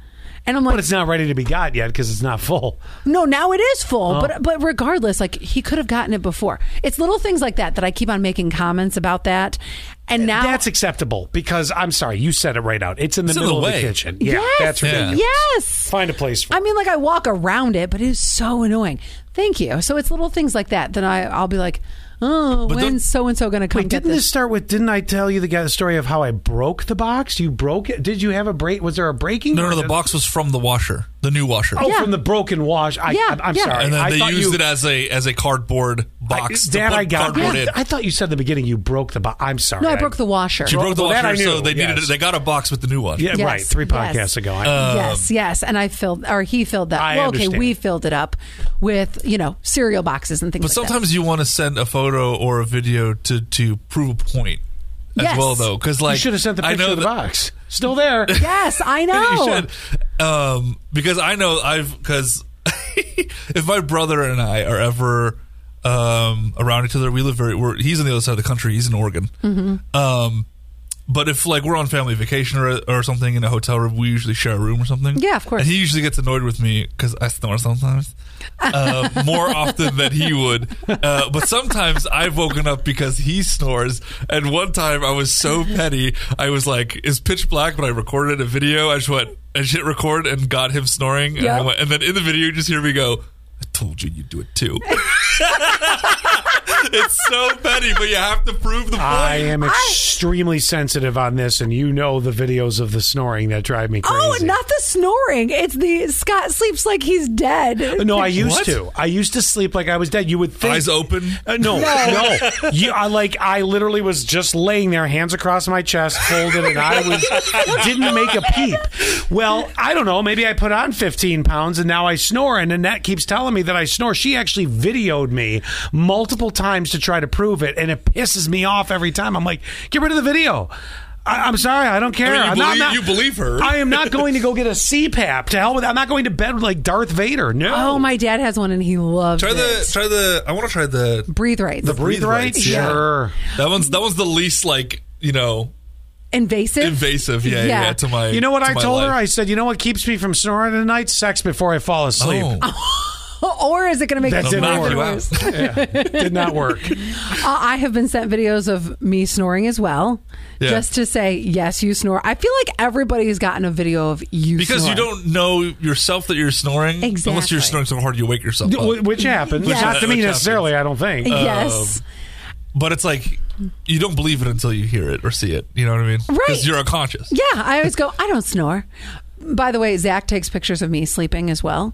Speaker 3: And I'm like,
Speaker 1: But it's not ready to be got yet because it's Oh. not full.
Speaker 3: No, now it is full. But but regardless, like he could have gotten it before. It's little things like that that I keep on making comments about that. And now
Speaker 1: That's acceptable because I'm sorry, you said it right out. It's in the
Speaker 2: It's in the
Speaker 1: middle of
Speaker 2: way.
Speaker 1: the kitchen. Yeah,
Speaker 3: yes,
Speaker 1: that's ridiculous.
Speaker 3: Yes.
Speaker 1: Find a place for
Speaker 3: I
Speaker 1: it.
Speaker 3: mean, like I walk around it, but it is so annoying. Thank you. So it's little things like that. Then I I'll be like, oh,
Speaker 2: But
Speaker 3: when's
Speaker 2: don't-
Speaker 3: so and so going to come
Speaker 1: Wait,
Speaker 3: get
Speaker 1: didn't this
Speaker 3: this?
Speaker 1: start with? Didn't I tell you the, guy, the story of how I broke the box? You broke it. Did you have a break? Was there a breaking?
Speaker 2: No, no, the box was from the washer, the new washer.
Speaker 1: Oh,
Speaker 3: Yeah.
Speaker 1: from the broken wash. I,
Speaker 3: Yeah,
Speaker 1: I'm- I'm
Speaker 3: yeah.
Speaker 1: sorry.
Speaker 2: and then
Speaker 1: I
Speaker 2: they
Speaker 1: thought
Speaker 2: used
Speaker 1: you,
Speaker 2: it as a as a cardboard box. to
Speaker 1: That
Speaker 2: put
Speaker 1: I got.
Speaker 2: cardboard
Speaker 1: Yeah,
Speaker 2: in.
Speaker 1: I thought you said at the beginning you broke the box. I'm sorry.
Speaker 3: No, I broke the washer.
Speaker 2: She broke the
Speaker 1: Well, that I
Speaker 2: washer,
Speaker 1: knew,
Speaker 2: so they
Speaker 1: yes.
Speaker 2: needed it. They got a box with the new washer.
Speaker 1: Yeah,
Speaker 3: Yes,
Speaker 1: right. Three podcasts
Speaker 3: yes.
Speaker 1: ago. I,
Speaker 2: Uh,
Speaker 3: yes, yes, and I filled or he filled that.
Speaker 1: I
Speaker 3: well, okay,
Speaker 1: understand.
Speaker 3: we filled it up with you know cereal boxes and things.
Speaker 2: But
Speaker 3: like that.
Speaker 2: sometimes you want to send a photo or a video to to prove a point as
Speaker 3: Yes.
Speaker 2: well, though, because
Speaker 1: you
Speaker 2: like
Speaker 1: should have sent the
Speaker 2: I
Speaker 1: picture
Speaker 2: know
Speaker 1: of the
Speaker 2: that-
Speaker 1: box. Still there.
Speaker 3: Yes, I know.
Speaker 2: You should, um, because I know I've because if my brother and I are ever um, around each other, we live very. We're, he's on the other side of the country. He's in Oregon.
Speaker 3: Mm-hmm.
Speaker 2: Um, but if like we're on family vacation or, or something in a hotel room, we usually share a room or something.
Speaker 3: Yeah, of course.
Speaker 2: And he usually gets annoyed with me because I snore sometimes, uh, more often than he would. Uh, but sometimes I've woken up because he snores. And one time I was so petty, I was like, "It's pitch black," but I recorded a video. I just went and hit record and got him snoring. And, I
Speaker 3: Yep.
Speaker 2: went, and then in the video, you just hear me go, "I told you you'd do it too." it's so petty, but you have to prove the point.
Speaker 1: I am extremely sensitive on this, and you know the videos of the snoring that drive me crazy.
Speaker 3: Oh, not the snoring. It's the Scott sleeps like he's dead.
Speaker 2: Uh,
Speaker 1: No, I used
Speaker 2: What?
Speaker 1: to. I used to sleep like I was dead. You would think
Speaker 2: Eyes open.
Speaker 1: Uh, no, no. You, I like. I literally was just laying there, hands across my chest, folded, and I was didn't make a peep. Well, I don't know. Maybe I put on 15 pounds, and now I snore. And Annette keeps telling me that I snore. She actually videoed me multiple times to try to prove it, and it pisses me off every time. I'm like, get rid of the video. I, am sorry, I don't care.
Speaker 2: mean, you
Speaker 1: I'm not-
Speaker 2: believe-
Speaker 1: not-
Speaker 2: you believe her.
Speaker 1: I am not going to go get a CPAP. To hell with. I'm not going to bed like Darth Vader. No.
Speaker 3: Oh, my dad has one and he loves
Speaker 2: Try
Speaker 3: it.
Speaker 2: the try the. I want to try the
Speaker 3: breathe right.
Speaker 1: The breathe,
Speaker 2: Oh, Breathe
Speaker 1: right?
Speaker 2: rights, yeah.
Speaker 1: Sure.
Speaker 2: that one's that one's the least like you know
Speaker 3: invasive.
Speaker 2: invasive. Yeah, yeah.
Speaker 3: Yeah.
Speaker 2: to my,
Speaker 1: You know what
Speaker 2: to
Speaker 1: I
Speaker 2: my
Speaker 1: told her? I
Speaker 2: life.
Speaker 1: said, you know what keeps me from snoring at night? Sex before I fall asleep.
Speaker 2: Oh,
Speaker 3: or is it going to make
Speaker 1: That
Speaker 3: it
Speaker 1: didn't
Speaker 2: knock
Speaker 1: work.
Speaker 2: you
Speaker 3: even
Speaker 2: out.
Speaker 3: worse?
Speaker 1: Yeah. Did not work.
Speaker 3: Uh, I have been sent videos of me snoring as well,
Speaker 2: Yeah.
Speaker 3: just to say yes, you snore. I feel like everybody's gotten a video of you
Speaker 2: because you
Speaker 3: snore.
Speaker 2: don't know yourself that you're snoring unless
Speaker 3: Exactly.
Speaker 2: you're snoring so hard you wake yourself up.
Speaker 1: Wh- Which happens.
Speaker 3: Yes.
Speaker 1: Not to me
Speaker 2: Which
Speaker 1: necessarily, I don't think. Uh,
Speaker 2: um,
Speaker 3: Yes.
Speaker 2: but it's like you don't believe it until you hear it or see it. You know what I mean?
Speaker 3: Right.
Speaker 2: Because you're unconscious.
Speaker 3: yeah, I always go. I don't snore. By the way, Zach takes pictures of me sleeping as well,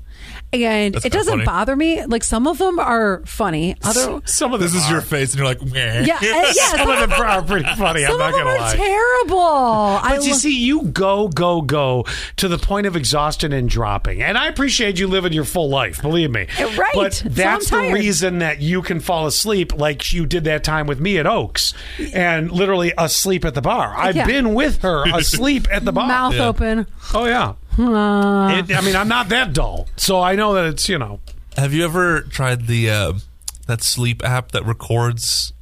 Speaker 3: and
Speaker 2: That's
Speaker 3: it
Speaker 2: kinda
Speaker 3: doesn't
Speaker 2: funny.
Speaker 3: bother me. Like some of them are funny. Other
Speaker 1: Some of
Speaker 2: This
Speaker 1: them
Speaker 2: is
Speaker 1: are.
Speaker 2: your face, and you're like, Meh.
Speaker 3: yeah, and- yeah.
Speaker 1: Some
Speaker 3: Some,
Speaker 1: of them are pretty funny. I'm
Speaker 3: some
Speaker 1: not
Speaker 3: of them
Speaker 1: going to
Speaker 3: are
Speaker 1: lie.
Speaker 3: terrible. I
Speaker 1: But you
Speaker 3: lo-
Speaker 1: see, you go, go, go to the point of exhaustion and dropping. And I appreciate you living your full life, believe me.
Speaker 3: Right.
Speaker 1: But
Speaker 3: So
Speaker 1: that's
Speaker 3: I'm
Speaker 1: the
Speaker 3: tired.
Speaker 1: reason that you can fall asleep like you did that time with me at Oaks and literally asleep at the bar. I've
Speaker 3: Yeah.
Speaker 1: been with her asleep at the bar.
Speaker 3: mouth
Speaker 2: Yeah.
Speaker 3: open.
Speaker 1: Oh, yeah. It- I mean, I'm not that dull. So I know that it's, you know.
Speaker 2: Have you ever tried the uh, that sleep app that records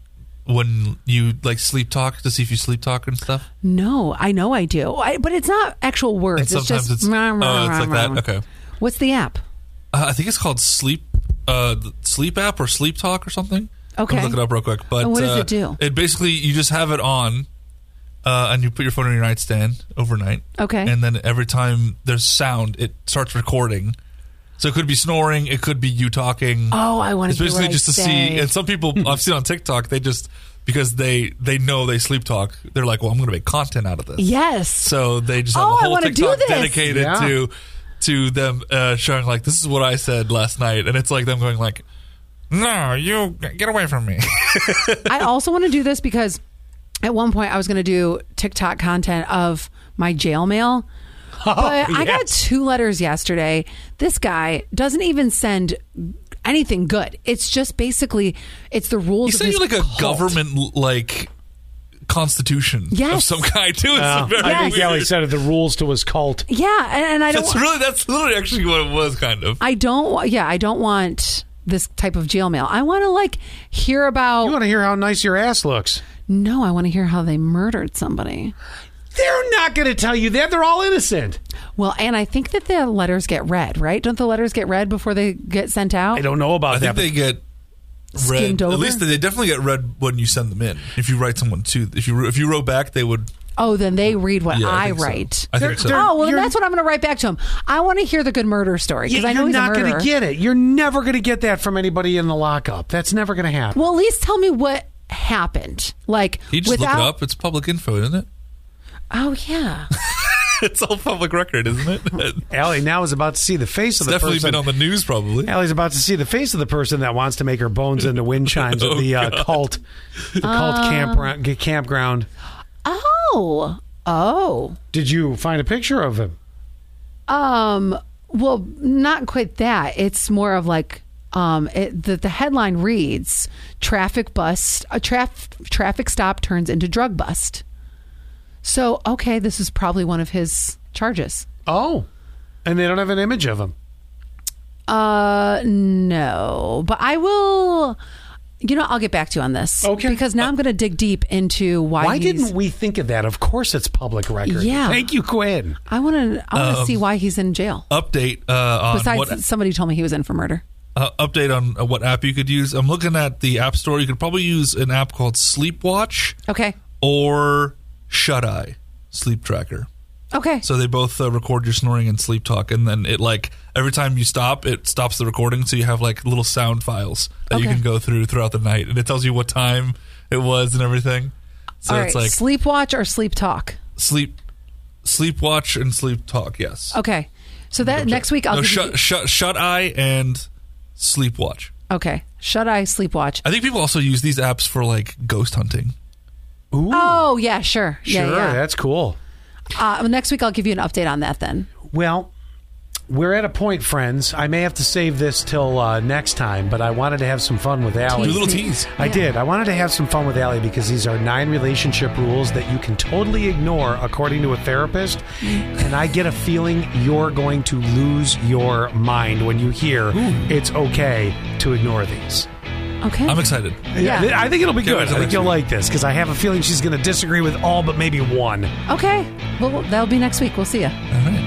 Speaker 2: when you like sleep talk to see if you sleep talk and stuff?
Speaker 3: No, I know I do, I, but it's not actual words.
Speaker 2: And
Speaker 3: it's
Speaker 2: sometimes
Speaker 3: just
Speaker 2: it's- oh, it's like that? Okay.
Speaker 3: What's the app?
Speaker 2: Uh, I think it's called Sleep uh, the Sleep app or Sleep Talk or something. I'm gonna
Speaker 3: Okay.
Speaker 2: look it up real quick. But
Speaker 3: And what does
Speaker 2: uh,
Speaker 3: it do?
Speaker 2: It basically you just have it on, uh, and you put your phone on your nightstand overnight.
Speaker 3: Okay.
Speaker 2: and then every time there's sound, it starts recording. So it could be snoring, it could be you talking.
Speaker 3: Oh, I want
Speaker 2: it's
Speaker 3: to.
Speaker 2: basically
Speaker 3: what
Speaker 2: just
Speaker 3: I
Speaker 2: to see.
Speaker 3: say.
Speaker 2: And some people I've seen on TikTok, they just because they they know they sleep talk, they're like, well, I'm gonna make content out of this.
Speaker 3: yes.
Speaker 2: So they just have
Speaker 3: Oh,
Speaker 2: a
Speaker 3: I
Speaker 2: whole
Speaker 3: wanna do
Speaker 2: TikTok
Speaker 3: this.
Speaker 2: dedicated
Speaker 1: Yeah.
Speaker 2: to to them uh, showing like this is what I said last night, and it's like them going like, "No, you get away from me."
Speaker 3: I also want to do this because at one point I was going to do TikTok content of my jail mail.
Speaker 1: Oh,
Speaker 2: Oh,
Speaker 3: But I got
Speaker 1: yes.
Speaker 3: two letters yesterday. This guy doesn't even send anything good. It's just basically it's the rules.
Speaker 2: He
Speaker 3: of
Speaker 2: sent
Speaker 3: his
Speaker 2: you like a
Speaker 3: cult.
Speaker 2: government like constitution of
Speaker 3: Yes.
Speaker 2: some kind too. It's
Speaker 1: Uh,
Speaker 2: very
Speaker 1: I think
Speaker 2: weird.
Speaker 1: Ellie said it, the rules to his cult.
Speaker 3: Yeah, and, and I don't.
Speaker 2: That's really that's literally actually what it was kind of.
Speaker 3: I don't. wa- Yeah, I don't want this type of jail mail. I want to like hear about.
Speaker 1: You want to hear how nice your ass looks.
Speaker 3: no, I want to hear how they murdered somebody.
Speaker 1: They're not going to tell you that. They're all innocent.
Speaker 3: Well, and I think that the letters get read, right? Don't the letters get read before they get sent out?
Speaker 1: I don't know about
Speaker 2: I
Speaker 1: that.
Speaker 2: think they get read.
Speaker 3: Skimmed over?
Speaker 2: At least they, they definitely get read when you send them in. If you write someone to, if you if you wrote back, they would.
Speaker 3: Oh, then they read what
Speaker 2: Yeah, I
Speaker 3: I,
Speaker 2: think so.
Speaker 3: write.
Speaker 2: I think so.
Speaker 3: Oh, well, then
Speaker 1: You're-
Speaker 3: that's what I'm going to write back to him. I want to hear the good murder story because
Speaker 1: Yeah,
Speaker 3: I know
Speaker 1: you're
Speaker 3: he's
Speaker 1: not
Speaker 3: a
Speaker 1: going
Speaker 3: murderer.
Speaker 1: to get it. You're never going to get that from anybody in the lockup. That's never going to happen.
Speaker 3: well, at least tell me what happened. Like
Speaker 2: You just
Speaker 3: without.
Speaker 2: look it up. It's public info, isn't it?
Speaker 3: Oh yeah.
Speaker 2: It's all public record, isn't it? it's
Speaker 1: Allie now is about to see the face of the
Speaker 2: definitely
Speaker 1: person.
Speaker 2: been on the news, probably.
Speaker 1: Allie's about to see the face of the person that wants to make her bones into wind chimes
Speaker 2: Oh,
Speaker 1: at the uh, cult, the cult
Speaker 3: Uh.
Speaker 1: campground, g- campground.
Speaker 3: oh. Oh.
Speaker 1: Did you find a picture of him?
Speaker 3: Um. Well, not quite that. It's more of like. Um, it, the, the headline reads traffic bust a traf, traffic stop turns into drug bust so okay this is probably one of his charges
Speaker 1: Oh, and they don't have an image of him.
Speaker 3: Uh, no, but I will. You know, I'll get back to you on this.
Speaker 1: Okay.
Speaker 3: Because now I'm going to dig deep into why.
Speaker 1: Why
Speaker 3: he's-
Speaker 1: didn't we think of that? Of course, it's public record.
Speaker 3: Yeah.
Speaker 1: Thank you, Quinn.
Speaker 3: I want to? I want to see why he's in jail.
Speaker 2: Update uh, on
Speaker 3: Besides,
Speaker 2: what
Speaker 3: somebody told me he was in for murder.
Speaker 2: uh, update on uh, what app you could use. I'm looking at the app store. You could probably use an app called Sleepwatch
Speaker 3: Okay.
Speaker 2: or Shut Eye Sleep Tracker.
Speaker 3: Okay.
Speaker 2: So they both uh, record your snoring and sleep talk, and then it like every time you stop, it stops the recording. So you have like little sound files that you
Speaker 3: Okay.
Speaker 2: can go through throughout the night, and it tells you what time it was and everything. So
Speaker 3: All right.
Speaker 2: it's like
Speaker 3: sleep watch or sleep talk.
Speaker 2: sleep, sleep watch, and sleep talk. Yes.
Speaker 3: Okay. So that next week I'll
Speaker 2: no,
Speaker 3: give
Speaker 2: shut,
Speaker 3: you,
Speaker 2: shut, shut eye and sleep watch.
Speaker 3: okay shut eye sleep watch.
Speaker 2: I think people also use these apps for like ghost hunting.
Speaker 1: Ooh,
Speaker 3: Oh yeah, sure.
Speaker 1: sure,
Speaker 3: yeah, yeah.
Speaker 1: that's cool.
Speaker 3: Uh, next week I'll give you an update on that then.
Speaker 1: Well, we're at a point, friends. I may have to save this till uh, next time, but I wanted to have some fun with Allie.
Speaker 2: Do a little tease.
Speaker 1: I did. I wanted to have some fun with Allie because these are nine relationship rules that you can totally ignore according to a therapist. And I get a feeling you're going to lose your mind when you hear it's okay to ignore these.
Speaker 3: Okay.
Speaker 2: I'm excited.
Speaker 3: Yeah.
Speaker 1: I think it'll be
Speaker 2: Can't
Speaker 1: good.
Speaker 2: wait till
Speaker 1: I think
Speaker 2: next
Speaker 1: you'll
Speaker 2: week.
Speaker 1: like this because I have a feeling she's going to disagree with all but maybe one.
Speaker 3: okay. Well, that'll be next week. We'll see you.
Speaker 2: All right.